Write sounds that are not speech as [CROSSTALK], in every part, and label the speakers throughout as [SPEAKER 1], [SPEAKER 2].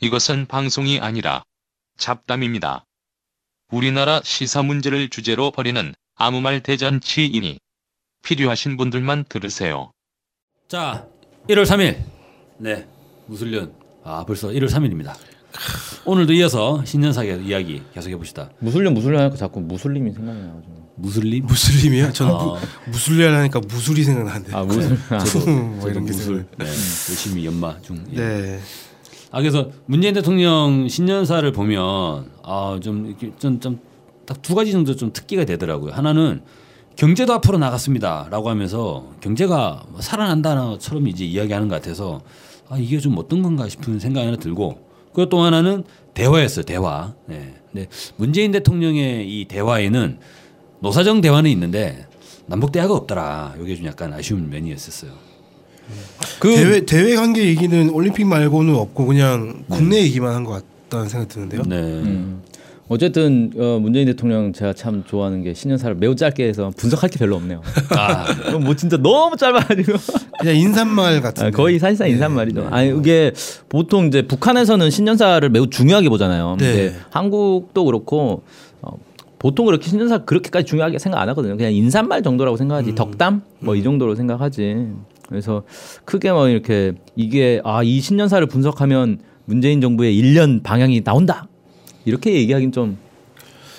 [SPEAKER 1] 이것은 방송이 아니라 잡담입니다. 우리나라 시사 문제를 주제로 벌이는 아무 말 대잔치이니 필요하신 분들만 들으세요.
[SPEAKER 2] 자, 1월 3일.
[SPEAKER 3] 네.
[SPEAKER 2] 무슨 년? 아, 벌써 1월 3일입니다. 오늘도 이어서 신년사계 이야기 계속해 봅시다.
[SPEAKER 4] 무슬림 무슬림 하니까 자꾸 무슬림이 생각이 나가지고
[SPEAKER 2] 무슬림?
[SPEAKER 3] 무슬림이야? 저는
[SPEAKER 2] 아.
[SPEAKER 3] 무, 무슬리 하니까 무술이 생각나는데.
[SPEAKER 4] 어. 아 무슬 아,
[SPEAKER 2] 저도,
[SPEAKER 3] [LAUGHS] 뭐
[SPEAKER 2] 저도
[SPEAKER 3] 이런 게
[SPEAKER 2] 무슬. 네, 열심히 연마 중. 예.
[SPEAKER 3] 네.
[SPEAKER 2] 아, 그래서 문재인 대통령 신년사를 보면 아, 좀 이렇게 좀좀딱두 가지 정도 좀 특기가 되더라고요. 하나는 경제도 앞으로 나갔습니다라고 하면서 경제가 뭐 살아난다처럼 이제 이야기하는 것 같아서 아 이게 좀 어떤 건가 싶은 생각이 하나 들고 그리고 또 하나는 대화였어요 대화. 네. 근데 문재인 대통령의 이 대화에는 노사정 대화는 있는데 남북 대화가 없더라. 이게 좀 약간 아쉬운 면이 있었어요.
[SPEAKER 4] 그
[SPEAKER 3] 대외 대외 관계 얘기는 올림픽 말고는 없고 그냥
[SPEAKER 4] 네.
[SPEAKER 3] 국내 얘기만 한 것 같다는 생각이 드는데요.
[SPEAKER 2] 네.
[SPEAKER 4] 음. 어쨌든 어, 문재인 대통령 제가 참 좋아하는 게 신년사를 매우 짧게 해서 분석할 게 별로 없네요.
[SPEAKER 2] 아,
[SPEAKER 4] 그럼 뭐 진짜 너무 짧아가지고
[SPEAKER 3] 그냥 인사말 같은.
[SPEAKER 4] 아, 거의
[SPEAKER 3] 네.
[SPEAKER 4] 사실상 인사말이죠. 아니 이게 보통 이제 북한에서는 신년사를 매우 중요하게 보잖아요.
[SPEAKER 3] 네.
[SPEAKER 4] 근데 한국도 그렇고 어, 보통 그렇게 신년사 그렇게까지 중요하게 생각 안 하거든요. 그냥 인사말 정도라고
[SPEAKER 3] 음.
[SPEAKER 4] 생각하지 덕담 뭐 이 정도로 생각하지. 그래서 크게 뭐 이렇게 이게 아 이 신년사를 분석하면 문재인 정부의 1년 방향이 나온다 이렇게 얘기하긴 좀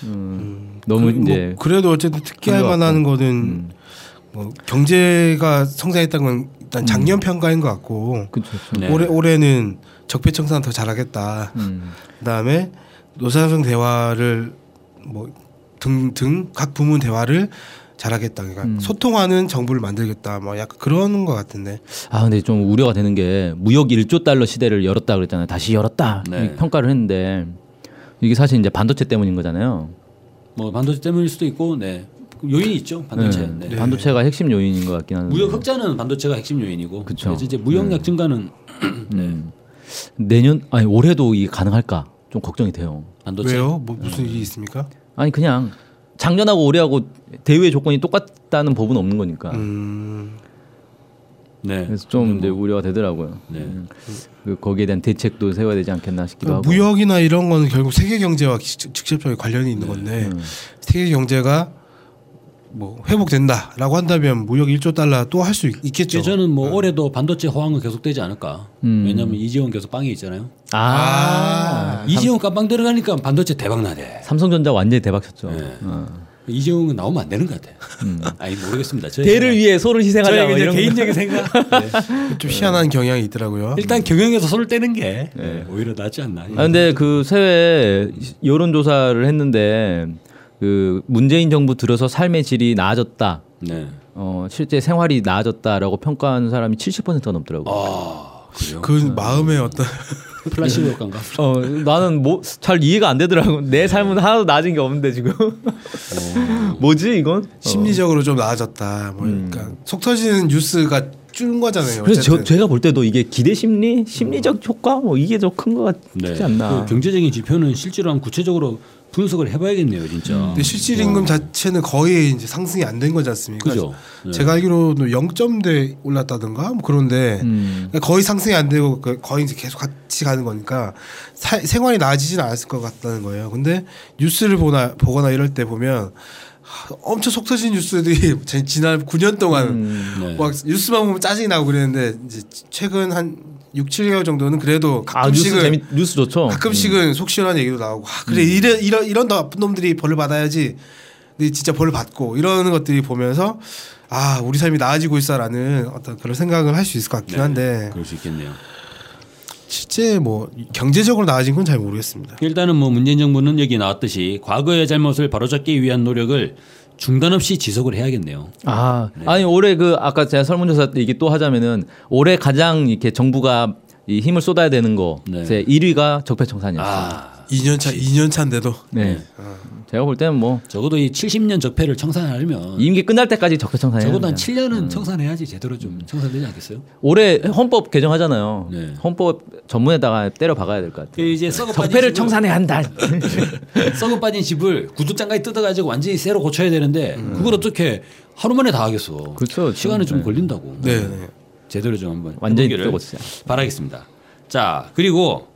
[SPEAKER 4] 음, 너무
[SPEAKER 3] 뭐
[SPEAKER 4] 이제
[SPEAKER 3] 그래도 어쨌든 특기할
[SPEAKER 4] 그런 것 음.
[SPEAKER 3] 만한 거는 뭐 경제가 성장했다는 건 일단 작년 평가인 것 같고
[SPEAKER 4] 음. 그쵸, 그쵸.
[SPEAKER 2] 네.
[SPEAKER 3] 올해 올해는 적폐 청산 더 잘하겠다.
[SPEAKER 4] 음,
[SPEAKER 3] 그다음에 노사정 대화를 뭐 등 등 각 부문 대화를 잘하겠다. 그러니까
[SPEAKER 2] 음.
[SPEAKER 3] 소통하는 정부를 만들겠다. 뭐 약간 그런 것 같은데.
[SPEAKER 2] 뭐
[SPEAKER 4] 아 근데 좀 우려가 되는 게 무역 1조 달러 시대를 열었다 그랬잖아요. 다시 열었다
[SPEAKER 2] 네.
[SPEAKER 4] 이렇게 평가를 했는데 이게 사실 이제 반도체 때문인 거잖아요.
[SPEAKER 2] 뭐 반도체 때문일 수도 있고, 네. 요인이 있죠 반도체.
[SPEAKER 4] 네.
[SPEAKER 2] 네.
[SPEAKER 4] 반도체가 핵심 요인인 것 같긴 한데
[SPEAKER 2] 무역 흑자는 반도체가 핵심 요인이고
[SPEAKER 4] 그쵸. 네.
[SPEAKER 2] 그래서 이제 무역량 증가는 네,
[SPEAKER 4] 음. 내년 아니 올해도 이게 가능할까 좀 걱정이 돼요.
[SPEAKER 2] 반도체 음.
[SPEAKER 3] 왜요? 뭐 무슨 일이 있습니까?
[SPEAKER 4] 아니 그냥 작년하고 올해하고 대외 조건이 똑같다는 법은 없는 거니까
[SPEAKER 3] 음.
[SPEAKER 2] 네.
[SPEAKER 4] 그래서 좀 이제 우려가 되더라고요.
[SPEAKER 2] 네.
[SPEAKER 4] 음. 그 거기에 대한 대책도 세워야 되지 않겠나
[SPEAKER 2] 음,
[SPEAKER 4] 싶기도 하고.
[SPEAKER 3] 무역이나 이런 거는 결국 세계 경제와 기- 직접적인 관련이
[SPEAKER 2] 네.
[SPEAKER 3] 있는 건데
[SPEAKER 2] 음.
[SPEAKER 3] 세계 경제가 뭐 회복된다라고 한다면 무역 1조 달러 또 할 수 있겠죠.
[SPEAKER 2] 저는 뭐 올해도 반도체 호황은 계속되지 않을까.
[SPEAKER 4] 네. 음.
[SPEAKER 2] 왜냐하면 이재용 계속 빵에 있잖아요.
[SPEAKER 4] 아,
[SPEAKER 2] 이재용 깜빵 들어가니까 반도체 대박 나대.
[SPEAKER 4] 삼성전자 완전히 대박쳤죠.
[SPEAKER 2] 네.
[SPEAKER 4] 어.
[SPEAKER 2] 이재용은 나오면 안 되는 것 같아. [LAUGHS] 아니 모르겠습니다. 저의
[SPEAKER 4] 음. 대를 위해 소를
[SPEAKER 2] 생각-
[SPEAKER 4] 희생하자
[SPEAKER 2] 저의
[SPEAKER 4] 뭐
[SPEAKER 2] 그냥
[SPEAKER 4] 이런
[SPEAKER 2] 개인적인
[SPEAKER 4] [LAUGHS]
[SPEAKER 2] 생각. 네.
[SPEAKER 3] 좀 희한한 경향이 있더라고요.
[SPEAKER 2] 일단 경영에서 손을 떼는 게 오히려 낫지 않나.
[SPEAKER 4] 네. 아 근데 그 세외 여론 조사를 했는데 그 문재인 정부 들어서 삶의 질이 나아졌다.
[SPEAKER 2] 네.
[SPEAKER 4] 어, 실제 생활이 나아졌다라고 평가하는 사람이 70%가 넘더라고. 요
[SPEAKER 2] 아 그래요.
[SPEAKER 3] 그 마음의 어떤
[SPEAKER 2] 플라시보 효과인가?
[SPEAKER 4] 어, 나는 뭐 잘 이해가 안 되더라고. 내 삶은 하나도 나아진 게 없는데 지금. 뭐지 이건?
[SPEAKER 3] 심리적으로 좀 나아졌다. 뭐 그러니까 속 터지는 뉴스가 준 거잖아요.
[SPEAKER 4] 그래서 저,
[SPEAKER 3] 어쨌든.
[SPEAKER 4] 제가 볼 때도 이게 기대 심리, 심리적 효과 뭐 이게 더 큰 것 같지
[SPEAKER 3] 네.
[SPEAKER 4] 않나.
[SPEAKER 2] 그 경제적인 지표는 실제로 한 구체적으로 분석을 해봐야겠네요, 진짜.
[SPEAKER 3] 근데 실질
[SPEAKER 4] 어.
[SPEAKER 3] 임금 자체는 거의 이제 상승이 안 된 거지 않습니까?
[SPEAKER 2] 그죠. 네.
[SPEAKER 3] 제가 알기로는 0점대 올랐다든가 뭐 그런데 그러니까
[SPEAKER 4] 음.
[SPEAKER 3] 거의 상승이 안 되고 그- 거의 이제 계속 같이 가는 거니까 사- 생활이 나아지진 않았을 것 같다는 거예요. 근데 뉴스를 보나 보거나 이럴 때 보면 하, 엄청 속 터진 뉴스들이 [LAUGHS] 제- 지난 9년 동안
[SPEAKER 4] 음.
[SPEAKER 2] 네.
[SPEAKER 3] 막 뉴스만 보면 짜증이 나고 그랬는데 이제 최근 한 6, 7개월 정도는 그래도
[SPEAKER 4] 아 뉴스
[SPEAKER 3] 가끔씩은
[SPEAKER 4] 재밌 뉴스 좋죠.
[SPEAKER 3] 가끔씩은 속 시원한 얘기도 나오고 아, 그래 이런 이런 이런 나쁜 놈들이 벌을 받아야지 근데 진짜 벌을 받고 이런 것들이 보면서 아 우리 삶이 나아지고 있어라는 어떤 그런 생각을 할 수 있을 것 같긴 한데
[SPEAKER 2] 그럴 수 있겠네요.
[SPEAKER 3] 실제 뭐 경제적으로 나아진 건 잘 모르겠습니다.
[SPEAKER 2] 일단은 뭐 문재인 정부는 여기 나왔듯이 과거의 잘못을 바로잡기 위한 노력을 중단 없이 지속을 해야겠네요.
[SPEAKER 4] 아, 아니 올해 그 아까 제가 설문조사 얘기 또 하자면은 올해 가장 이렇게 정부가 이 힘을 쏟아야 되는 거
[SPEAKER 2] 네.
[SPEAKER 4] 제 1위가 적폐청산이었어요.
[SPEAKER 2] 아
[SPEAKER 3] 2년차 2년 차인데도
[SPEAKER 4] 네. 제가 볼 때는 뭐
[SPEAKER 2] 적어도 이 70년 적폐를 청산하려면
[SPEAKER 4] 임기 끝날 때까지 적폐청산해요. 네.
[SPEAKER 2] 적어도 한 7년은 청산해야지 제대로 좀 청산되지 않겠어요?
[SPEAKER 4] 올해 헌법 개정하잖아요.
[SPEAKER 2] 네.
[SPEAKER 4] 헌법 전문에다가 때려 박아야 될 것 같아요.
[SPEAKER 2] 이제 썩어
[SPEAKER 4] 적폐를
[SPEAKER 2] [LAUGHS]
[SPEAKER 4] 청산해야 한다.
[SPEAKER 2] 썩어 빠진 집을 구두장까지 뜯어가지고 완전히 새로 고쳐야 되는데 그걸 어떻게 하루 만에 다 하겠어?
[SPEAKER 4] 그렇죠.
[SPEAKER 2] 시간이 좀 걸린다고.
[SPEAKER 3] 네. 네.
[SPEAKER 2] 제대로 좀 한번
[SPEAKER 4] 완전히
[SPEAKER 2] 해보기를
[SPEAKER 4] 뜯어고치자.
[SPEAKER 2] 바라겠습니다. 자 그리고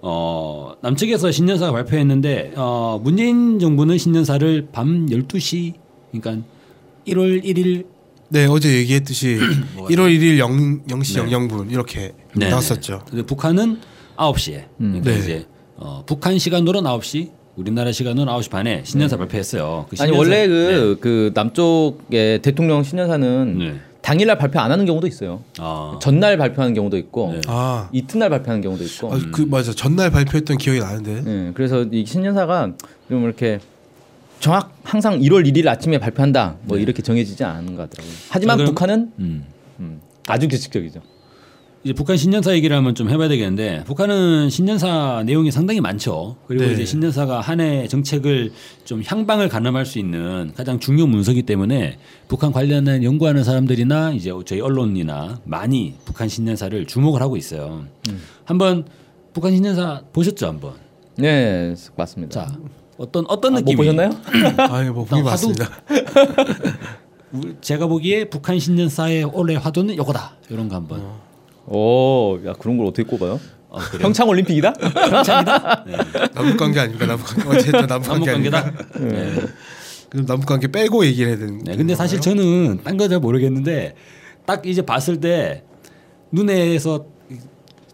[SPEAKER 2] 어, 남측에서 신년사가 발표했는데 어, 문재인 정부는 신년사를 밤 12시 그러니까 1월 1일
[SPEAKER 3] 네 어제 [CLEARS THROAT] 얘기했듯이 1월 1일 0, 0시 00분 이렇게
[SPEAKER 2] 네,
[SPEAKER 3] 나왔었죠.
[SPEAKER 2] 근데 북한은 9시에.
[SPEAKER 4] 음.
[SPEAKER 2] 그러니까
[SPEAKER 3] 네.
[SPEAKER 2] 이제 어, 북한 시간으로 9시, 우리나라 시간으로 9시 반에 신년사 발표했어요. 그
[SPEAKER 4] 네. 아니
[SPEAKER 2] 신년사-
[SPEAKER 4] 원래 그 그 남쪽의 대통령 신년사는
[SPEAKER 2] 네.
[SPEAKER 4] 당일날 발표 안 하는 경우도 있어요.
[SPEAKER 2] 아.
[SPEAKER 4] 전날 발표하는 경우도 있고
[SPEAKER 2] 네.
[SPEAKER 3] 아,
[SPEAKER 4] 이튿날 발표하는 경우도 있고.
[SPEAKER 3] 아, 그 맞아 전날 발표했던 기억이 [CLEARS THROAT] 나는데.
[SPEAKER 4] 네, 그래서 이 신년사가 좀 이렇게 정확 항상 1월 1일 아침에 발표한다 뭐 이렇게 정해지지 않은 것 같더라고요. 하지만
[SPEAKER 2] 아, 그럼-
[SPEAKER 4] 북한은
[SPEAKER 2] 음.
[SPEAKER 4] 음, 아주 규칙적이죠.
[SPEAKER 2] 이제 북한 신년사 얘기를 한번 좀 해봐야 되겠는데 북한은 신년사 내용이 상당히 많죠. 그리고
[SPEAKER 3] 네.
[SPEAKER 2] 이제 신년사가 한 해 정책을 좀 향방을 가늠할 수 있는 가장 중요 문서이기 때문에 북한 관련된 연구하는 사람들이나 이제 저희 언론이나 많이 북한 신년사를 주목을 하고 있어요.
[SPEAKER 4] 음.
[SPEAKER 2] 한번 북한 신년사 보셨죠 한번?
[SPEAKER 4] 네, 맞습니다.
[SPEAKER 2] 자 어떤 어떤
[SPEAKER 4] 아, 못
[SPEAKER 2] 느낌이
[SPEAKER 4] 보셨나요?
[SPEAKER 3] 아예 뭐 보기
[SPEAKER 2] 화두.
[SPEAKER 3] 맞습니다. [LAUGHS]
[SPEAKER 2] 우- 제가 보기에 북한 신년사의 올해 화두는 요거다 이런 거 한번
[SPEAKER 4] 어. 오, 야 그런 걸 어떻게 꼽아요? 평창 [LAUGHS] 올림픽이다?
[SPEAKER 3] 남북관계 아닙니까 남북관계 어쨌든
[SPEAKER 4] [LAUGHS]
[SPEAKER 3] 남북관계 아닙니까?
[SPEAKER 2] 남북관계다. 네.
[SPEAKER 3] 그럼 남북관계 빼고 얘기를 해야 되는.
[SPEAKER 2] 네, 근데
[SPEAKER 4] 아.
[SPEAKER 2] 사실 저는 딴 거 잘 모르겠는데 딱 이제 봤을 때 눈에서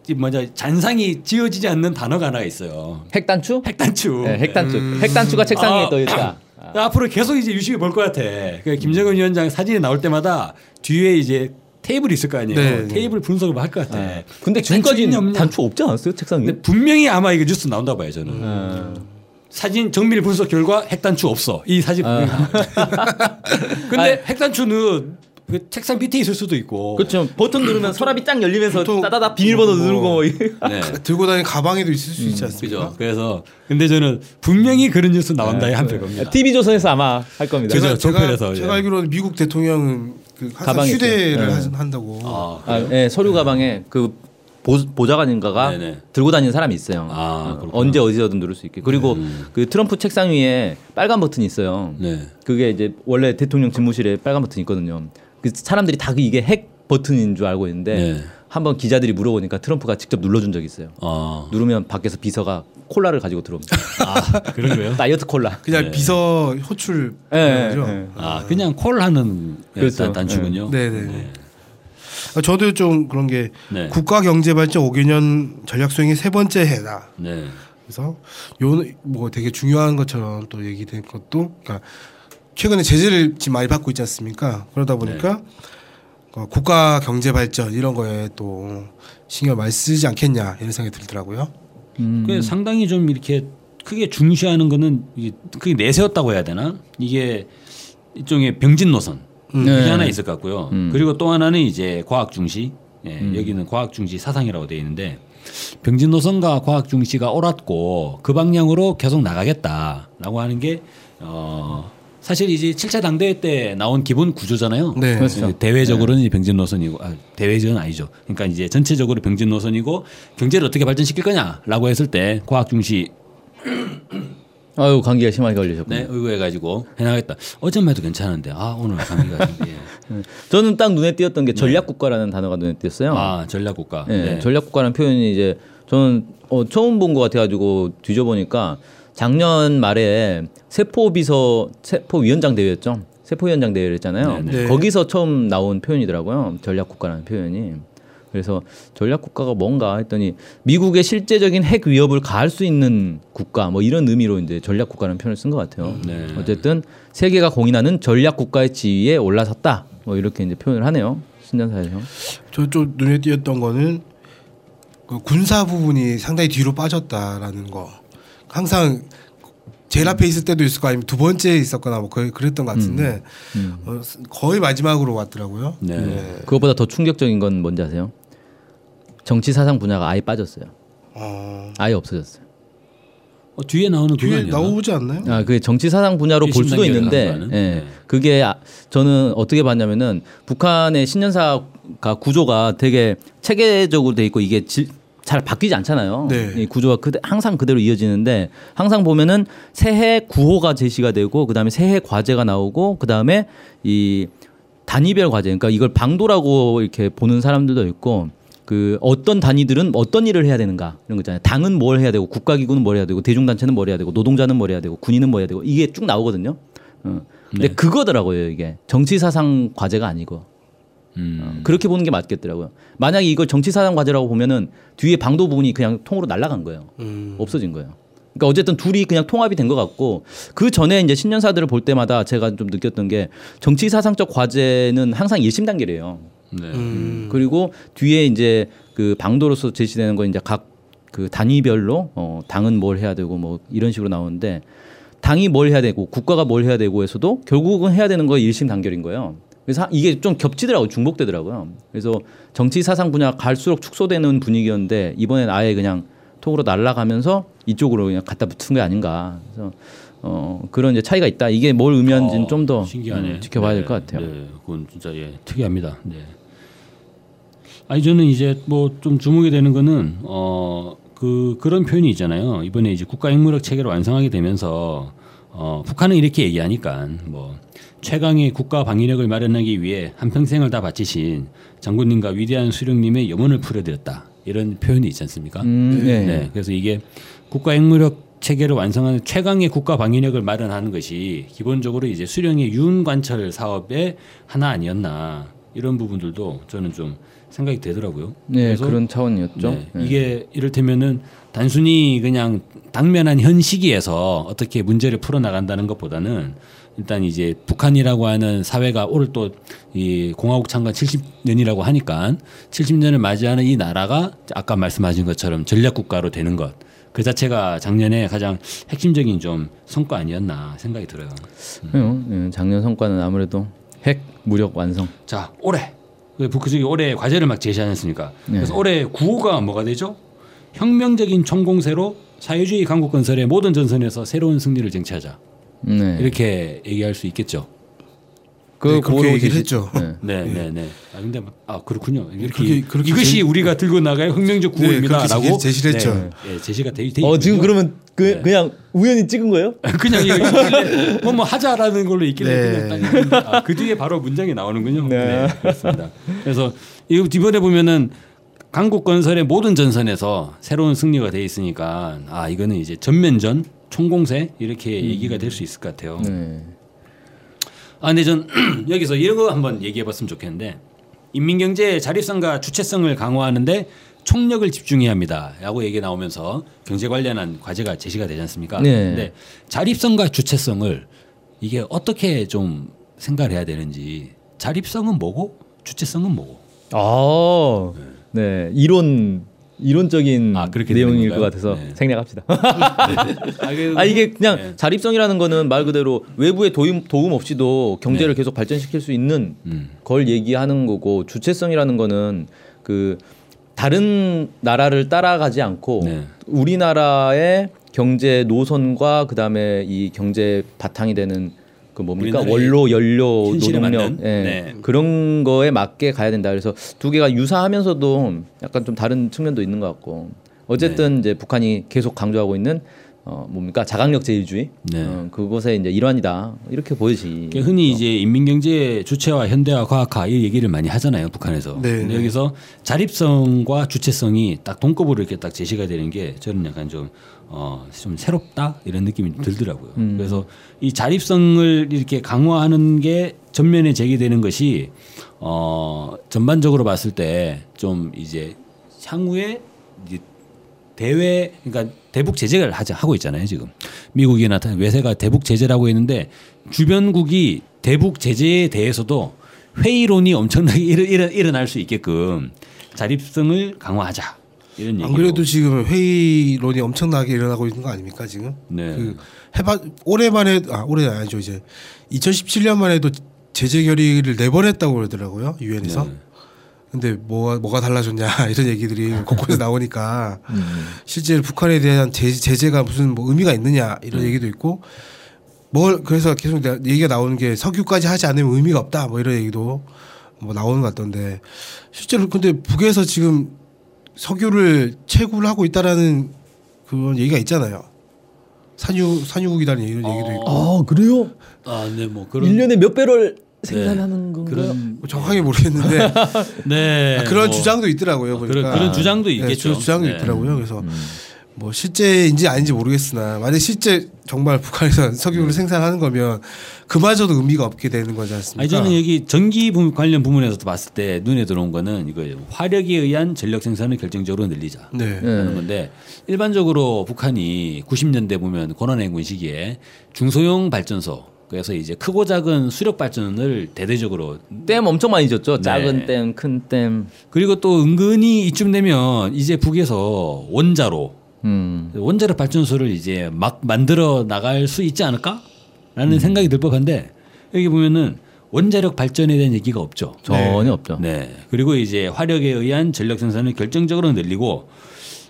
[SPEAKER 2] 이 뭐냐 잔상이 지어지지 않는 단어가 하나 있어요.
[SPEAKER 4] 핵단추?
[SPEAKER 2] 핵단추.
[SPEAKER 4] 네, 핵단추. 핵단추가 책상 위에
[SPEAKER 2] 아,
[SPEAKER 4] 떠 있다.
[SPEAKER 2] 앞으로 계속 이제 유심히 볼 것 같아. 그 김정은 위원장 사진이 나올 때마다 뒤에 이제 테이블이 있을 거 아니에요.
[SPEAKER 3] 네.
[SPEAKER 2] 테이블 분석을 할 것
[SPEAKER 4] 네.
[SPEAKER 2] 같아. 핵단추
[SPEAKER 4] 근데
[SPEAKER 2] 있냐
[SPEAKER 4] 지금까지는
[SPEAKER 2] 없냐.
[SPEAKER 4] 단추 없지 않았어요 책상 위에?
[SPEAKER 2] 근데 분명히 아마 이게 뉴스 나온다 봐요 저는.
[SPEAKER 4] 음.
[SPEAKER 2] 사진 정밀 분석 결과 핵단추 없어. 이 사진.
[SPEAKER 4] 아.
[SPEAKER 2] 분명히
[SPEAKER 4] [LAUGHS]
[SPEAKER 2] 나와요. 근데 핵단추는 그 책상 밑에 있을 수도 있고.
[SPEAKER 4] 그렇죠. 버튼 누르면 서랍이 쫙 열리면서
[SPEAKER 3] 보통-
[SPEAKER 4] 따다다 비밀번호
[SPEAKER 3] 뭐-
[SPEAKER 4] 누르고 뭐 [LAUGHS] 이래.
[SPEAKER 2] 네.
[SPEAKER 3] 그
[SPEAKER 2] 음,
[SPEAKER 3] 들고 다니는 가방에도 있을 수 있지 않습니까?
[SPEAKER 2] 그죠. 그래서 근데 저는 분명히 그런 뉴스
[SPEAKER 4] 네.
[SPEAKER 2] 나온다에 한표 겁니다.
[SPEAKER 4] 아, TV 조선에서 아마 할 겁니다.
[SPEAKER 2] 그죠,
[SPEAKER 3] 제가 제가,
[SPEAKER 2] 종편에서, 예. 네.
[SPEAKER 3] 제가 알기로는 미국 대통령은 그 항상
[SPEAKER 4] 가방에
[SPEAKER 3] 휴대를
[SPEAKER 4] 있어요.
[SPEAKER 3] 하- 한다고.
[SPEAKER 2] 아,
[SPEAKER 4] 아, 네, 서류 가방에 그 보, 자관인가가
[SPEAKER 2] 네네.
[SPEAKER 4] 들고 다니는 사람이 있어요.
[SPEAKER 2] 아, 그렇구나.
[SPEAKER 4] 언제 어디서든 누를 수 있게. 그리고 그 트럼프 책상 위에 빨간 버튼이 있어요.
[SPEAKER 2] 네.
[SPEAKER 4] 그게 이제 원래 대통령 집무실에 빨간 버튼이 있거든요. 그 사람들이 다 그 이게 핵 버튼인 줄 알고 있는데
[SPEAKER 2] 네.
[SPEAKER 4] 한번 기자들이 물어보니까 트럼프가 직접 눌러준 적이 있어요.
[SPEAKER 2] 어.
[SPEAKER 4] 누르면 밖에서 비서가 콜라를 가지고 들어옵니다.
[SPEAKER 2] [LAUGHS] 아, 그런 거예요?
[SPEAKER 4] 다이어트 콜라.
[SPEAKER 3] 그냥
[SPEAKER 2] 네.
[SPEAKER 3] 비서 호출
[SPEAKER 4] 예,
[SPEAKER 3] 그죠?
[SPEAKER 4] 예,
[SPEAKER 2] 아, 그냥 콜 하는
[SPEAKER 4] 그렇죠.
[SPEAKER 2] 단- 단추군요.
[SPEAKER 3] 네네. 아, 저도 좀 그런 게
[SPEAKER 2] 네.
[SPEAKER 3] 국가 경제 발전 5개년 전략 수행의 세 번째 해다.
[SPEAKER 2] 네.
[SPEAKER 3] 그래서 요뭐 되게 중요한 것처럼 또 얘기된 것도 그러니까 최근에 제재를 지금 많이 받고 있지 않습니까? 그러다 보니까 어, 국가 경제 발전 이런 거에 또 신경 많이 쓰지 않겠냐 이런 생각이 들더라고요.
[SPEAKER 2] 그 상당히 좀 이렇게 크게 중시하는 거는 이게 크게 내세웠다고 해야 되나? 이게 일종의 병진 노선 이게
[SPEAKER 4] 네.
[SPEAKER 2] 하나 있을 것 같고요. 그리고 또 하나는 이제 과학 중시. 예, 여기는 과학 중시 사상이라고 되어 있는데 병진 노선과 과학 중시가 옳았고 그 방향으로 계속 나가겠다라고 하는 게 어, 사실 이제 7차 당대회 때 나온 기본 구조잖아요.
[SPEAKER 3] 네.
[SPEAKER 4] 그렇죠.
[SPEAKER 2] 대외적으로는 이제 병진 노선이고 아, 대외적은 아니죠. 그러니까 이제 전체적으로 병진 노선이고 경제를 어떻게 발전시킬 거냐라고 했을 때 과학 중시
[SPEAKER 4] 아유 감기가 심하게 걸리셨군요.
[SPEAKER 2] 네, 의거해가지고 해나가겠다. 어제만 해도 괜찮은데 아 오늘 감기가 좀,
[SPEAKER 4] [LAUGHS]
[SPEAKER 2] 예.
[SPEAKER 4] 저는 딱 눈에 띄었던 게 전략국가라는 단어가 눈에 띄었어요.
[SPEAKER 2] 네. 아 전략국가.
[SPEAKER 4] 예,
[SPEAKER 2] 네.
[SPEAKER 4] 전략국가라는 표현이 이제 저는 어, 처음 본 것 같아가지고 뒤져보니까 작년 말에 세포비서 세포위원장 대회였죠. 세포위원장 대회를 했잖아요.
[SPEAKER 3] 네, 네.
[SPEAKER 4] 거기서 처음 나온 표현이더라고요. 전략국가라는 표현이. 그래서 전략국가가 뭔가 했더니 미국의 실제적인 핵 위협을 가할 수 있는 국가 뭐 이런 의미로 이제 전략국가라는 표현을 쓴 것 같아요.
[SPEAKER 2] 네.
[SPEAKER 4] 어쨌든 세계가 공인하는 전략국가의 지위에 올라섰다. 뭐 이렇게 이제 표현을 하네요. 신년사에서.
[SPEAKER 3] 저쪽 눈에 띄었던 거는 그 군사 부분이 상당히 뒤로 빠졌다라는 거. 항상 제일 앞에 있을 때도 있을 거 아니면 두 번째에 있었거나 뭐 거의 그랬던 것 같은데 어, 거의 마지막으로 왔더라고요.
[SPEAKER 2] 네.
[SPEAKER 4] 그것보다 더 충격적인 건 뭔지 아세요? 정치 사상 분야가 아예 빠졌어요.
[SPEAKER 3] 어,
[SPEAKER 4] 아예 없어졌어요.
[SPEAKER 2] 어, 뒤에 나오는 그거
[SPEAKER 3] 뒤에
[SPEAKER 2] 아니야?
[SPEAKER 3] 나오지 않나요?
[SPEAKER 4] 아, 그게 정치 사상 분야로 볼 수도
[SPEAKER 2] 110단계를
[SPEAKER 4] 있는데,
[SPEAKER 2] 강조하는?
[SPEAKER 4] 예,
[SPEAKER 2] 네.
[SPEAKER 4] 그게 아- 저는 어떻게 봤냐면은 북한의 신년사가 구조가 되게 체계적으로 돼 있고 이게 질- 잘 바뀌지 않잖아요. 예,
[SPEAKER 3] 네.
[SPEAKER 4] 이 구조가 그대, 항상 그대로 이어지는데 항상 보면은 새해 구호가 제시가 되고 그다음에 새해 과제가 나오고 그다음에 이 단위별 과제 그러니까 이걸 방도라고 이렇게 보는 사람들도 있고 그 어떤 단위들은 어떤 일을 해야 되는가 이런 거 있잖아요. 당은 뭘 해야 되고 국가기구는 뭘 해야 되고 대중단체는 뭘 해야 되고 노동자는 뭘 해야 되고 군인은 뭘 해야 되고 이게 쭉 나오거든요. 어. 근데 그거더라고요 이게 정치사상 과제가 아니고
[SPEAKER 2] 음.
[SPEAKER 4] 그렇게 보는 게 맞겠더라고요. 만약에 이걸 정치사상 과제라고 보면은 뒤에 방도 부분이 그냥 통으로 날아간 거예요.
[SPEAKER 2] 음.
[SPEAKER 4] 없어진 거예요. 그러니까 어쨌든 둘이 그냥 통합이 된 것 같고 그 전에 이제 신년사들을 볼 때마다 제가 좀 느꼈던 게 정치사상적 과제는 항상 예심 단계래요.
[SPEAKER 2] 네.
[SPEAKER 4] 그리고 뒤에 이제 그 방도로서 제시되는 건 이제 각 그 단위별로 어 당은 뭘 해야 되고 뭐 이런 식으로 나오는데 당이 뭘 해야 되고 국가가 뭘 해야 되고에서도 결국은 해야 되는 거에 일심단결인 거예요. 그래서 하- 이게 좀 겹치더라고 중복되더라고요. 그래서 정치 사상 분야 갈수록 축소되는 분위기였는데 이번엔 아예 그냥 통으로 날아가면서 이쪽으로 그냥 갖다 붙은 게 아닌가. 그래서 어 그런 이제 차이가 있다. 이게 뭘 의미하는지는
[SPEAKER 2] 어,
[SPEAKER 4] 좀 더 음,
[SPEAKER 2] 신기하네.
[SPEAKER 4] 지켜봐야
[SPEAKER 2] 네,
[SPEAKER 4] 될 것 같아요.
[SPEAKER 2] 네, 그건 진짜 예, 특이합니다. 네. 아니 저는 이제 뭐 좀 주목이 되는 거는 어 그 그런 표현이 있잖아요. 이번에 이제 국가 인문학 체계를 완성하게 되면서 어 북한은 이렇게 얘기하니까 뭐 최강의 국가 방위력을 마련하기 위해 한 평생을 다 바치신 장군님과 위대한 수령님의 염원을 풀어드렸다 이런 표현이 있지 않습니까?
[SPEAKER 4] 음,
[SPEAKER 2] 네. 그래서 이게 국가 핵무력 체계를 완성하는 최강의 국가 방위력을 마련하는 것이 기본적으로 이제 수령의 유은 관철 사업의 하나 아니었나 이런 부분들도 저는 좀 생각이 되더라고요.
[SPEAKER 4] 네,
[SPEAKER 2] 그래서
[SPEAKER 4] 그런 차원이었죠.
[SPEAKER 2] 네,
[SPEAKER 4] 네.
[SPEAKER 2] 이게 이를테면은 단순히 그냥 당면한 현 시기에서 어떻게 문제를 풀어나간다는 것보다는 일단 이제 북한이라고 하는 사회가 오늘 또 이 공화국 창건 70년이라고 하니까 70년을 맞이하는 이 나라가 아까 말씀하신 것처럼 전략 국가로 되는 것. 그 자체가 작년에 가장 핵심적인 좀 성과 아니었나 생각이 들어요.
[SPEAKER 4] 그래요. 예, 작년 성과는 아무래도 핵 무력 완성.
[SPEAKER 2] 자, 올해 그 북측이 올해 과제를 막 제시하지 않습니까?
[SPEAKER 3] 네.
[SPEAKER 2] 그래서 올해 구호가 뭐가 되죠? 혁명적인 총공세로 사회주의 강국 건설의 모든 전선에서 새로운 승리를 쟁취하자
[SPEAKER 4] 네.
[SPEAKER 2] 이렇게 얘기할 수 있겠죠.
[SPEAKER 4] 그
[SPEAKER 3] 네,
[SPEAKER 4] 고로
[SPEAKER 3] 그렇게 얘기를
[SPEAKER 4] 제시-
[SPEAKER 3] 했죠.
[SPEAKER 4] 네.
[SPEAKER 2] 네, 네, 네. 아 근데 뭐- 아 그렇군요. 이렇게
[SPEAKER 3] 그렇게- 그렇게
[SPEAKER 2] 이것이
[SPEAKER 3] 제-
[SPEAKER 2] 우리가 들고 나갈 혁명적
[SPEAKER 3] 네,
[SPEAKER 2] 구호입니다라고
[SPEAKER 3] 그렇게 제시를 했죠.
[SPEAKER 2] 네, 네, 제시가 되어 있
[SPEAKER 4] 어 지금 그러면 그 그냥 우연히 찍은 거예요?
[SPEAKER 2] [LAUGHS] 그냥 이거
[SPEAKER 4] [LAUGHS]
[SPEAKER 2] 있길래 뭐뭐 하자라는 걸로 있길래
[SPEAKER 3] 네.
[SPEAKER 2] 그냥 딱 아, 그 뒤에 바로 문장이 나오는군요.
[SPEAKER 4] 네.
[SPEAKER 2] 네, 그렇습니다. 그래서 이 이번에 보면은 강국 건설의 모든 전선에서 새로운 승리가 돼 있으니까 아 이거는 이제 전면전 총공세 이렇게 얘기가 될 수 있을 것 같아요.
[SPEAKER 4] 음. 네.
[SPEAKER 2] 아 근데 전 [CLEARS THROAT] 여기서 이런 거 한번 얘기해봤으면 좋겠는데 인민경제의 자립성과 주체성을 강화하는데 총력을 집중해야 합니다라고 얘기 나오면서 경제 관련한 과제가 제시가 되지 않습니까?
[SPEAKER 4] 네.
[SPEAKER 2] 근데 자립성과 주체성을 이게 어떻게 좀 생각을 해야 되는지 자립성은 뭐고 주체성은 뭐고
[SPEAKER 4] 아, 네 이론 이론적인
[SPEAKER 2] 아, 그렇게 되는
[SPEAKER 4] 내용일 것
[SPEAKER 2] 건가요?
[SPEAKER 4] 같아서
[SPEAKER 2] 네.
[SPEAKER 4] 생략합시다.
[SPEAKER 2] 아, 이게,
[SPEAKER 4] 아 이게 그냥
[SPEAKER 2] 네.
[SPEAKER 4] 자립성이라는 거는 말 그대로 외부의 도움 도움 없이도 경제를 계속 발전시킬 수 있는
[SPEAKER 2] 네. 음.
[SPEAKER 4] 걸 얘기하는 거고 주체성이라는 거는 그 다른 나라를 따라가지 않고
[SPEAKER 2] 네.
[SPEAKER 4] 우리나라의 경제 노선과 그다음에 이 경제 바탕이 되는 그 뭡니까
[SPEAKER 2] 우리나라의
[SPEAKER 4] 원로 연료
[SPEAKER 2] 현실에
[SPEAKER 4] 노동력
[SPEAKER 2] 맞는?
[SPEAKER 4] 예.
[SPEAKER 2] 네.
[SPEAKER 4] 그런 거에 맞게 가야 된다 그래서 두 개가 유사하면서도 약간 좀 다른 측면도 있는 것 같고 어쨌든
[SPEAKER 2] 네.
[SPEAKER 4] 이제 북한이 계속 강조하고 있는 어 뭡니까 자강력 제일주의
[SPEAKER 2] 네.
[SPEAKER 4] 어, 그것의 이제 일환이다 이렇게 보이지
[SPEAKER 2] 이게
[SPEAKER 3] 음.
[SPEAKER 2] 흔히 이제 인민경제의 주체와 현대화 과학화 이 얘기를 많이 하잖아요 북한에서
[SPEAKER 3] 네,
[SPEAKER 2] 근데
[SPEAKER 3] 네.
[SPEAKER 2] 여기서 자립성과 주체성이 딱 동급으로 이렇게 딱 제시가 되는 게 저는 약간 좀 어, 좀 새롭다 이런 느낌이 들더라고요.
[SPEAKER 3] 음.
[SPEAKER 2] 그래서 이 자립성을 이렇게 강화하는 게 전면에 제기되는 것이 어, 전반적으로 봤을 때 좀 이제 향후에 이제 대외 그러니까 대북 제재를 하자 하고 있잖아요 지금 미국이나 다- 외세가 대북 제재라고 했는데 주변국이 대북 제재에 대해서도 회의론이 엄청나게 [LAUGHS] 일어, 일어, 일어날 수 있게끔 자립성을 강화하자 이런 얘기로
[SPEAKER 3] 안 그래도 지금 회의론이 엄청나게 일어나고 있는 거 아닙니까 지금?
[SPEAKER 2] 네.
[SPEAKER 3] 그 해봐 올해만에 아 올해 아니죠 이제 2017년만 해도 제재 결의를 네 번 했다고 그러더라고요 유엔에서.
[SPEAKER 2] 네.
[SPEAKER 3] 근데 뭐가 뭐가 달라졌냐 [LAUGHS] 이런
[SPEAKER 2] [LAUGHS]
[SPEAKER 3] 얘기들이 곳곳에 나오니까
[SPEAKER 2] 음.
[SPEAKER 3] 실제 북한에 대한 제, 제재가 무슨 뭐 의미가 있느냐
[SPEAKER 2] 음.
[SPEAKER 3] 이런 얘기도 있고 뭘 그래서 계속 나- 얘기가 나오는 게 석유까지 하지 않으면 의미가 없다 뭐 이런 얘기도 뭐 나오는 것 같던데 실제로 근데 북에서 지금 석유를 채굴을 하고 있다라는 그런 얘기가 있잖아요.
[SPEAKER 2] 어.
[SPEAKER 3] 산유 산유국이라는 이런 얘기도 있고
[SPEAKER 4] 아 그래요?
[SPEAKER 2] 아네뭐
[SPEAKER 4] 일년에몇 배럴 생산하는 건가요?
[SPEAKER 2] 네. 그런
[SPEAKER 3] 정확하게 모르겠는데
[SPEAKER 2] [LAUGHS] 네
[SPEAKER 3] 아, [LAUGHS] 그런
[SPEAKER 2] 뭐,
[SPEAKER 3] 주장도 있더라고요.
[SPEAKER 2] 그런-
[SPEAKER 3] 보니까
[SPEAKER 2] 그런 주장도
[SPEAKER 3] 네,
[SPEAKER 2] 있겠죠.
[SPEAKER 3] 주장도
[SPEAKER 2] 네.
[SPEAKER 3] 있더라고요. 그래서 뭐 실제인지 아닌지 모르겠으나 만약 실제 정말 북한에서 [LAUGHS] 석유를 생산하는 거면 그마저도 의미가 없게 되는 거지 않습니까?
[SPEAKER 2] 아니 저는 여기 전기 부- 관련 부문에서도 봤을 때 눈에 들어온 거는 이거예요. 화력에 의한 전력 생산을 결정적으로 늘리자.
[SPEAKER 3] 네.
[SPEAKER 4] 네.
[SPEAKER 2] 하는 건데 일반적으로 북한이 90년대 보면 권한행군 시기에 중소형 발전소 그래서 이제 크고 작은 수력 발전을 대대적으로
[SPEAKER 4] 댐 엄청 많이 졌죠. 작은
[SPEAKER 2] 네.
[SPEAKER 4] 댐, 큰 댐.
[SPEAKER 2] 그리고 또 은근히 이쯤 되면 이제 북에서 원자로
[SPEAKER 4] 음.
[SPEAKER 2] 원자력 발전소를 이제 막 만들어 나갈 수 있지 않을까라는 생각이 들 법한데 여기 보면은 원자력 발전에 대한 얘기가 없죠.
[SPEAKER 4] 전혀 없죠.
[SPEAKER 2] 네. 그리고 이제 화력에 의한 전력 생산을 결정적으로 늘리고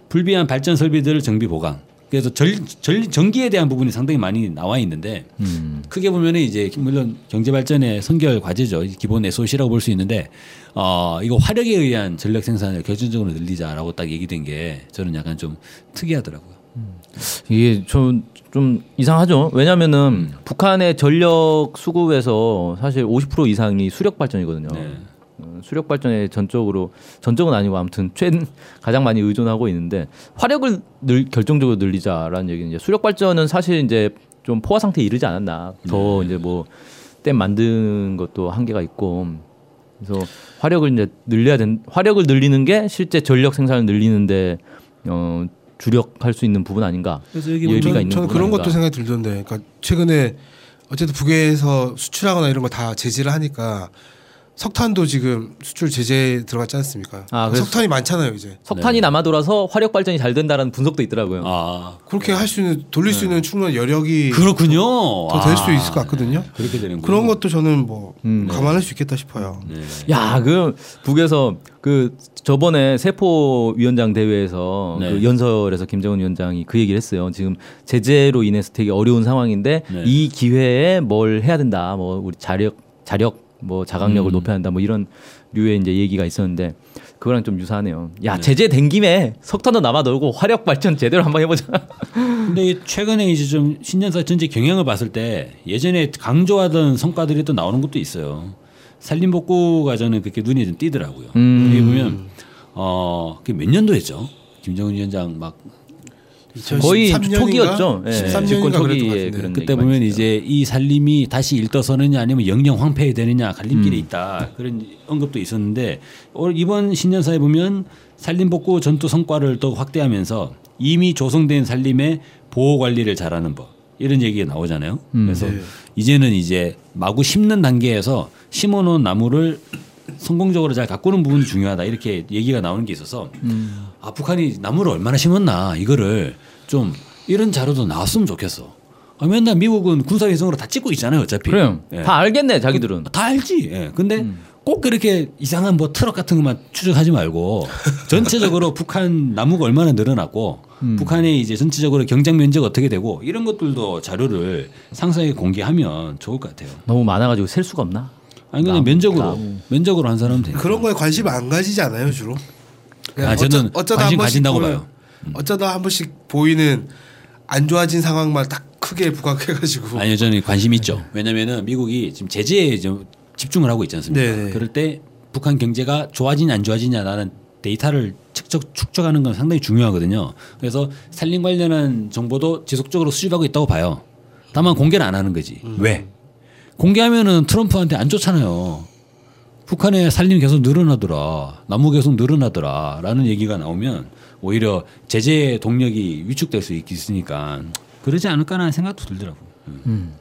[SPEAKER 2] 불비한 발전 설비들을 정비 보강. 그래서 절, 절, 전기에 대한 부분이 상당히 많이 나와 있는데
[SPEAKER 4] 음.
[SPEAKER 2] 크게 보면은 이제 물론 경제 발전의 선결 과제죠. 기본 에소시라고 볼 수 있는데 어 이거 화력에 의한 전력 생산을 결정적으로 늘리자라고 딱 얘기된 게 저는 약간 좀 특이하더라고요.
[SPEAKER 4] 이게 좀, 좀 이상하죠. 왜냐면은 북한의 전력 수급에서 사실 50% 이상이 수력 발전이거든요. 어, 수력 발전에 전적으로 전적은 아니고 아무튼 최 가장 많이 의존하고 있는데 화력을 늘 결정적으로 늘리자라는 얘기는 이제 수력 발전은 사실 이제 좀 포화 상태에 이르지 않았나. 더 이제 뭐 댐 만드는 것도 한계가 있고 그래서 화력을 이제 늘려야 된 화력을 늘리는 게 실제 전력 생산을 늘리는데 어 주력할 수 있는 부분 아닌가.
[SPEAKER 2] 그래서 여기
[SPEAKER 4] 의미가
[SPEAKER 3] 뭐 저는,
[SPEAKER 4] 있는
[SPEAKER 3] 저는
[SPEAKER 4] 부분
[SPEAKER 3] 그런
[SPEAKER 4] 아닌가.
[SPEAKER 3] 것도 생각이 들던데, 그러니까 최근에 어쨌든 북에서 수출하거나 이런 거 다 제재를 하니까 석탄도 지금 수출 제재 들어갔지 않습니까?
[SPEAKER 4] 아, 그래서-
[SPEAKER 3] 석탄이 많잖아요 이제.
[SPEAKER 4] 석탄이 남아 돌아서 화력 발전이 잘 된다라는 분석도 있더라고요.
[SPEAKER 2] 네. 아
[SPEAKER 3] 그렇게
[SPEAKER 4] 네.
[SPEAKER 3] 할 수 있는 돌릴 수 있는 충분한 여력이
[SPEAKER 2] 그렇군요. 아,
[SPEAKER 3] 더 될 수 있을 것 같거든요.
[SPEAKER 2] 그렇게
[SPEAKER 4] 음.
[SPEAKER 2] 되는
[SPEAKER 3] 그런 것도 저는 뭐 감안할 수 있겠다 싶어요.
[SPEAKER 2] 네.
[SPEAKER 4] 야, 그 북에서 그 저번에 세포 위원장 대회에서
[SPEAKER 2] 네.
[SPEAKER 4] 그 연설에서 김정은 위원장이 그 얘기를 했어요. 지금 제재로 인해서 되게 어려운 상황인데
[SPEAKER 2] 네.
[SPEAKER 4] 이 기회에 뭘 해야 된다. 뭐 우리 자력 자력 뭐
[SPEAKER 2] 음.
[SPEAKER 4] 자각력을 높여야 한다. 뭐 이런 류의 이제 얘기가 있었는데 그거랑 좀 유사하네요. 야, 제재 된 김에 석탄도 남아 돌고 화력 발전 제대로 한번 해
[SPEAKER 2] [LAUGHS]
[SPEAKER 4] 보자.
[SPEAKER 2] 근데 이 최근에 이제 좀 신년사 전체 경향을 봤을 때 예전에 강조하던 성과들이 또 나오는 것도 있어요. 산림복구가 저는 그렇게 눈에 좀 띄더라고요.
[SPEAKER 4] 음.
[SPEAKER 2] 여기 보면 어, 그게 몇 년도였죠? 김정은 위원장 막
[SPEAKER 4] 거의
[SPEAKER 3] 2013 년인가?
[SPEAKER 4] 초기였죠. 예,
[SPEAKER 3] 13
[SPEAKER 4] 집권
[SPEAKER 3] 년인가 그랬던
[SPEAKER 4] 초기에
[SPEAKER 3] 것 같은데.
[SPEAKER 4] 그런
[SPEAKER 2] 그때
[SPEAKER 4] 얘기 많이
[SPEAKER 2] 보면
[SPEAKER 4] 했죠.
[SPEAKER 2] 이제 이 산림이 다시 일떠서느냐 아니면 영영 황폐해 되느냐 갈림길에
[SPEAKER 4] 음.
[SPEAKER 2] 있다 그런 언급도 있었는데 올 이번 신년사에 보면 산림복구 전투 성과를 더 확대하면서 이미 조성된 산림의 보호 관리를 잘하는 법 이런 얘기가 나오잖아요.
[SPEAKER 4] 음.
[SPEAKER 2] 그래서
[SPEAKER 4] 네.
[SPEAKER 2] 이제는 이제 마구 심는 단계에서 심어놓은 나무를 성공적으로 잘 가꾸는 부분이 중요하다 이렇게 얘기가 나오는 게 있어서
[SPEAKER 4] 음.
[SPEAKER 2] 아 북한이 나무를 얼마나 심었나 이거를 좀 이런 자료도 나왔으면 좋겠어. 아, 맨날 미국은 군사위성으로 다 찍고 있잖아요 어차피.
[SPEAKER 4] 그래요.
[SPEAKER 2] 예.
[SPEAKER 4] 다 음. 알겠네, 자기들은.
[SPEAKER 2] 다 알지. 예. 근데 꼭 그렇게 이상한 뭐 트럭 같은 것만 추적하지 말고
[SPEAKER 4] [LAUGHS]
[SPEAKER 2] 전체적으로 북한 나무가 얼마나 늘어났고
[SPEAKER 4] 음.
[SPEAKER 2] 북한의 이제 전체적으로 경장 면적 어떻게 되고 이런 것들도 자료를 상세하게 공개하면 좋을 것 같아요.
[SPEAKER 4] 너무 많아 가지고 셀 수가 없나?
[SPEAKER 2] 아니 그냥 면적으로 면적으로 한 사람 돼요.
[SPEAKER 3] 그런 거에 관심 안 가지지 않아요 주로? 그냥
[SPEAKER 2] 아, 저는 관심
[SPEAKER 3] 한 번씩
[SPEAKER 2] 가진다고
[SPEAKER 3] 보는-
[SPEAKER 2] 봐요. 음.
[SPEAKER 3] 어쩌다 한 번씩 보이는 안 좋아진 상황만 딱 크게 부각해가지고
[SPEAKER 2] 아니요 저는 관심 이 있죠. 왜냐면은 미국이 지금 제재에 좀 집중을 하고 있지 않습니까?
[SPEAKER 3] 네네.
[SPEAKER 2] 그럴 때 북한 경제가 좋아지냐 안 좋아지냐라는 데이터를 측적 축적하는 건 상당히 중요하거든요. 그래서 산림 관련한 정보도 지속적으로 수집하고 있다고 봐요. 다만 공개는 안 하는 거지.
[SPEAKER 3] 음.
[SPEAKER 2] 왜? 공개하면은 트럼프한테 안 좋잖아요. 북한의 산림 계속 늘어나더라, 나무 계속 늘어나더라라는 얘기가 나오면 오히려 제재 동력이 위축될 수 있으니까 그러지 않을까라는 생각도 들더라고. 요
[SPEAKER 4] 음.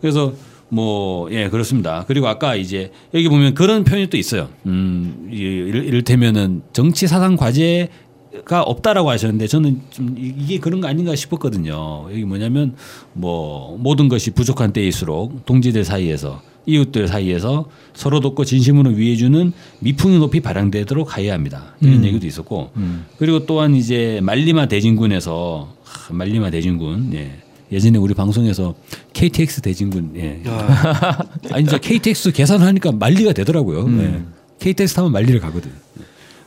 [SPEAKER 2] 그래서 뭐, 예, 그렇습니다. 그리고 아까 이제 여기 보면 그런 표현이 또 있어요. 음, 이- 이를, 이를테면은 정치 사상 과제가 없다라고 하셨는데 저는 좀 이- 이게 그런 거 아닌가 싶었거든요. 여기 뭐냐면 뭐 모든 것이 부족한 때일수록 동지들 사이에서 이웃들 사이에서 서로 돕고 진심으로 위해주는 미풍이 높이 발양되도록 하여야 합니다. 이런 얘기도 있었고 그리고 또한 이제 말리마 대진군에서 하, 말리마 대진군 예. 예전에 우리 방송에서 KTX 대진군 예. [LAUGHS]
[SPEAKER 3] 아,
[SPEAKER 2] 아니 이제 KTX 계산하니까 말리가 되더라고요. 예. KTX 타면 말리를 가거든.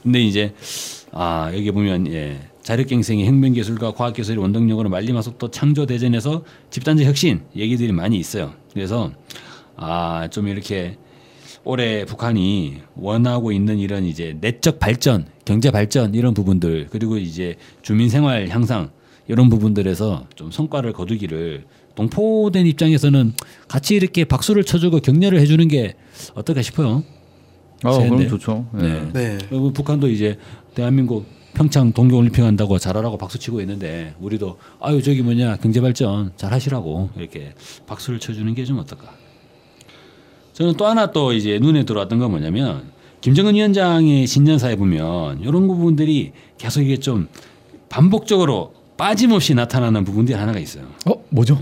[SPEAKER 2] 근데 이제 아 여기 보면 예. 자력갱생의 혁명 기술과 과학 기술의 원동력으로 말리마 속도 창조 대전에서 집단적 혁신 얘기들이 많이 있어요. 그래서 아, 좀 이렇게 올해 북한이 원하고 있는 이런 이제 내적 발전, 경제 발전 이런 부분들 그리고 이제 주민 생활 향상 이런 부분들에서 좀 성과를 거두기를 동포된 입장에서는 같이 이렇게 박수를 쳐주고 격려를 해주는 게 어떨까 싶어요.
[SPEAKER 4] 어,
[SPEAKER 2] 세는데.
[SPEAKER 4] 그럼 좋죠. 예.
[SPEAKER 2] 네.
[SPEAKER 3] 네.
[SPEAKER 2] 그리고 북한도 이제 대한민국 평창 동계올림픽 한다고 잘하라고 박수치고 있는데 우리도 아유 저기 뭐냐 경제발전 잘하시라고 이렇게 박수를 쳐주는 게 좀 어떨까 저는 또 하나 또 이제 눈에 들어왔던 건 뭐냐면 김정은 위원장의 신년사에 보면 이런 부분들이 계속 이게 좀 반복적으로 빠짐없이 나타나는 부분들이 하나가 있어요
[SPEAKER 5] 어 뭐죠?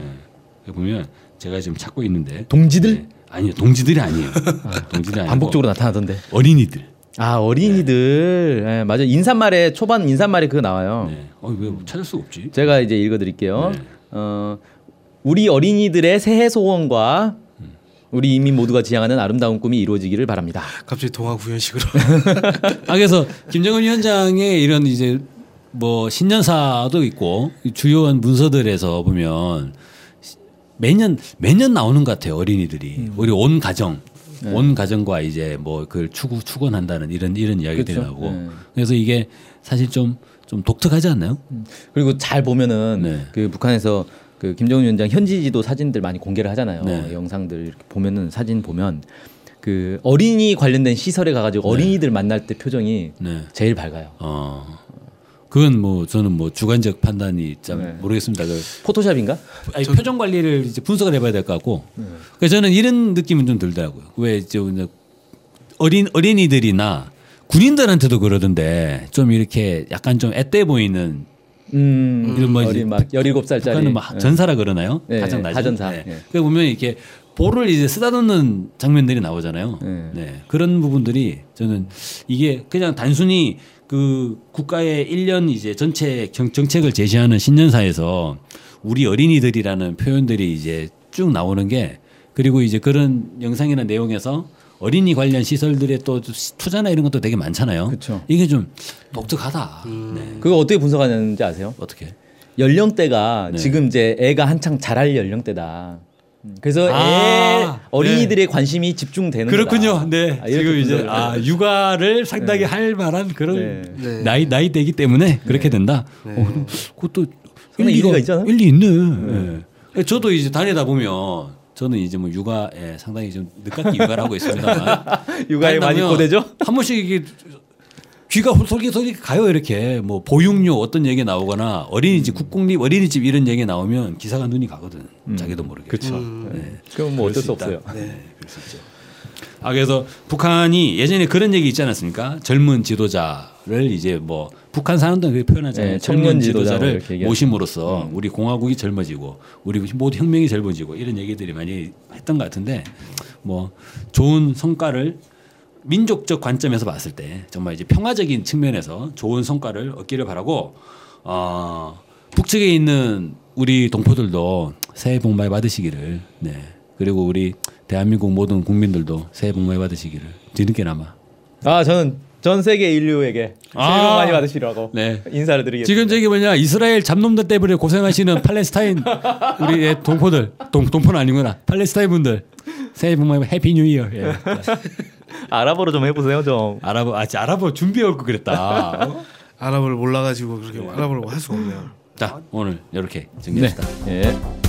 [SPEAKER 2] 여기 보면 제가 지금 찾고 있는데
[SPEAKER 5] 동지들
[SPEAKER 2] 네. 아니요 동지들이 아니에요 동지들이 아니고
[SPEAKER 4] 네. 반복적으로 나타나던데.
[SPEAKER 2] 어린이들
[SPEAKER 4] 아 어린이들 예, 맞아 인사말에 초반 인사말에 그거 나와요.
[SPEAKER 2] 네. 어, 왜 찾을 수가 없지?
[SPEAKER 4] 제가 이제 읽어드릴게요.
[SPEAKER 2] 네.
[SPEAKER 4] 어, 우리 어린이들의 새해 소원과 우리 이민 모두가 지향하는 아름다운 꿈이 이루어지기를 바랍니다.
[SPEAKER 3] 갑자기 동화 구현식으로.
[SPEAKER 2] [LAUGHS] 아 그래서 김정은 위원장의 이런 이제 뭐 신년사도 있고 이 주요한 문서들에서 보면 시- 매년 매년 나오는 것 같아요 어린이들이
[SPEAKER 4] 음.
[SPEAKER 2] 우리 온 가정
[SPEAKER 4] 네.
[SPEAKER 2] 온 가정과 이제 뭐 그걸 추구 추구한다는 이런 이런 이야기들이
[SPEAKER 4] 그렇죠.
[SPEAKER 2] 나오고
[SPEAKER 4] 네.
[SPEAKER 2] 그래서 이게 사실 좀 좀 독특하지 않나요?
[SPEAKER 4] 음. 그리고 잘 보면은
[SPEAKER 2] 네.
[SPEAKER 4] 그 북한에서 그 김정은 위원장 현지지도 사진들 많이 공개를 하잖아요.
[SPEAKER 2] 네.
[SPEAKER 4] 영상들 이렇게 보면은 사진 보면 그 어린이 관련된 시설에 가가지고 어린이들 만날 때 표정이
[SPEAKER 2] 네.
[SPEAKER 4] 제일 밝아요.
[SPEAKER 2] 어. 그건 뭐 저는 뭐 주관적 판단이 참
[SPEAKER 4] 네.
[SPEAKER 2] 모르겠습니다. 그
[SPEAKER 4] 포토샵인가?
[SPEAKER 2] 아니, 표정 관리를 이제 분석을 해봐야 될 것 같고. 그래서 저는 이런 느낌은 좀 들더라고요. 왜 이제 이제 어린 어린이들이나 군인들한테도 그러던데 좀 이렇게 약간 좀 앳돼 보이는
[SPEAKER 4] 음,
[SPEAKER 2] 이런 뭐 이제
[SPEAKER 4] 어린 막 17살짜리. 예.
[SPEAKER 2] 북한은 뭐 전사라 그러나요?
[SPEAKER 4] 네,
[SPEAKER 2] 가장 낮은
[SPEAKER 4] 가전사.
[SPEAKER 2] 네.
[SPEAKER 4] 네.
[SPEAKER 2] 그 보면 이렇게 볼을 이제 쓰다듬는 장면들이 나오잖아요. 네.
[SPEAKER 4] 네.
[SPEAKER 2] 그런 부분들이 저는 이게 그냥 단순히 그 국가의 1년 이제 전체 경- 정책을 제시하는 신년사에서 우리 어린이들이라는 표현들이 이제 쭉 나오는 게 그리고 이제 그런 영상이나 내용에서 어린이 관련 시설들의 또 투자나 이런 것도 되게 많잖아요.
[SPEAKER 4] 그쵸.
[SPEAKER 2] 이게 좀 독특하다. 네.
[SPEAKER 4] 그거 어떻게 분석하는지 아세요?
[SPEAKER 2] 어떻게?
[SPEAKER 4] 연령대가
[SPEAKER 2] 네.
[SPEAKER 4] 지금 이제 애가 한창 자랄 연령대다. 음, 그래서
[SPEAKER 2] 아,
[SPEAKER 4] 애 어린이들의 관심이 집중되는
[SPEAKER 2] 그렇군요.
[SPEAKER 4] 거다.
[SPEAKER 2] 네.
[SPEAKER 4] 아, 이렇게
[SPEAKER 2] 지금 이제
[SPEAKER 4] 분석을
[SPEAKER 2] 아,
[SPEAKER 4] 해요.
[SPEAKER 2] 육아를 상당히 할 만한 그런
[SPEAKER 4] 네.
[SPEAKER 3] 네.
[SPEAKER 2] 나이 나이 되기 때문에 그렇게 된다. 어, 그럼 그것도
[SPEAKER 4] 상당히 일리가 있잖아요.
[SPEAKER 2] 일리 있네. 예. 저도 이제 다니다 보면 저는 이제 뭐 육아에 상당히 좀 늦깎이 육아를 하고 있습니다만
[SPEAKER 4] [LAUGHS] 육아에 많이
[SPEAKER 2] 다니다면
[SPEAKER 4] 고되죠?
[SPEAKER 2] 한 번씩 이게 귀가 솔깃솔깃 가요 이렇게 뭐 보육료 어떤 얘기 나오거나
[SPEAKER 4] 음.
[SPEAKER 2] 어린이집 국공립 어린이집 이런 얘기 나오면 기사가 눈이 가거든 자기도 모르게
[SPEAKER 4] 그렇죠. 네. 그럼 뭐 어쩔 수 없어요.
[SPEAKER 2] 아 그래서 북한이 예전에 그런 얘기 있지 않았습니까? 젊은 지도자를 이제 뭐 북한 사람들은 그렇게 표현하잖아요.
[SPEAKER 4] 네,
[SPEAKER 2] 젊은
[SPEAKER 4] 청년 지도자라고
[SPEAKER 2] 지도자를
[SPEAKER 4] 이렇게 얘기하죠.
[SPEAKER 2] 모심으로써 우리 공화국이 젊어지고 우리 모두 혁명이 젊어지고 이런 얘기들이 많이 했던 것 같은데 뭐 좋은 성과를 민족적 관점에서 봤을 때 정말 이제 평화적인 측면에서 좋은 성과를 얻기를 바라고 어, 북측에 있는 우리 동포들도 새해 복 많이 받으시기를 네 그리고 우리 대한민국 모든 국민들도 새해 복 많이 받으시기를 뒤늦게나마
[SPEAKER 4] 아 저는 전 세계 인류에게 새해 복
[SPEAKER 2] 아.
[SPEAKER 4] 많이 받으시라고
[SPEAKER 2] 네
[SPEAKER 4] 인사를 드리겠습니다.
[SPEAKER 2] 지금 저기 뭐냐 이스라엘 잡놈들 때문에 고생하시는 [LAUGHS] 팔레스타인 우리 동포들 동, 동포는 아니구나 팔레스타인 분들 새해 복 많이 받- 해피 뉴 이어 예. [LAUGHS]
[SPEAKER 4] 아랍어로 좀 해보세요 좀.
[SPEAKER 2] 아랍어 아 아랍어 준비해 올 거 그랬다 어?
[SPEAKER 3] 아랍어를 몰라가지고 그렇게 아랍어를 할 수가 없네요.
[SPEAKER 2] 자 오늘 이렇게 정리합시다.
[SPEAKER 4] 예.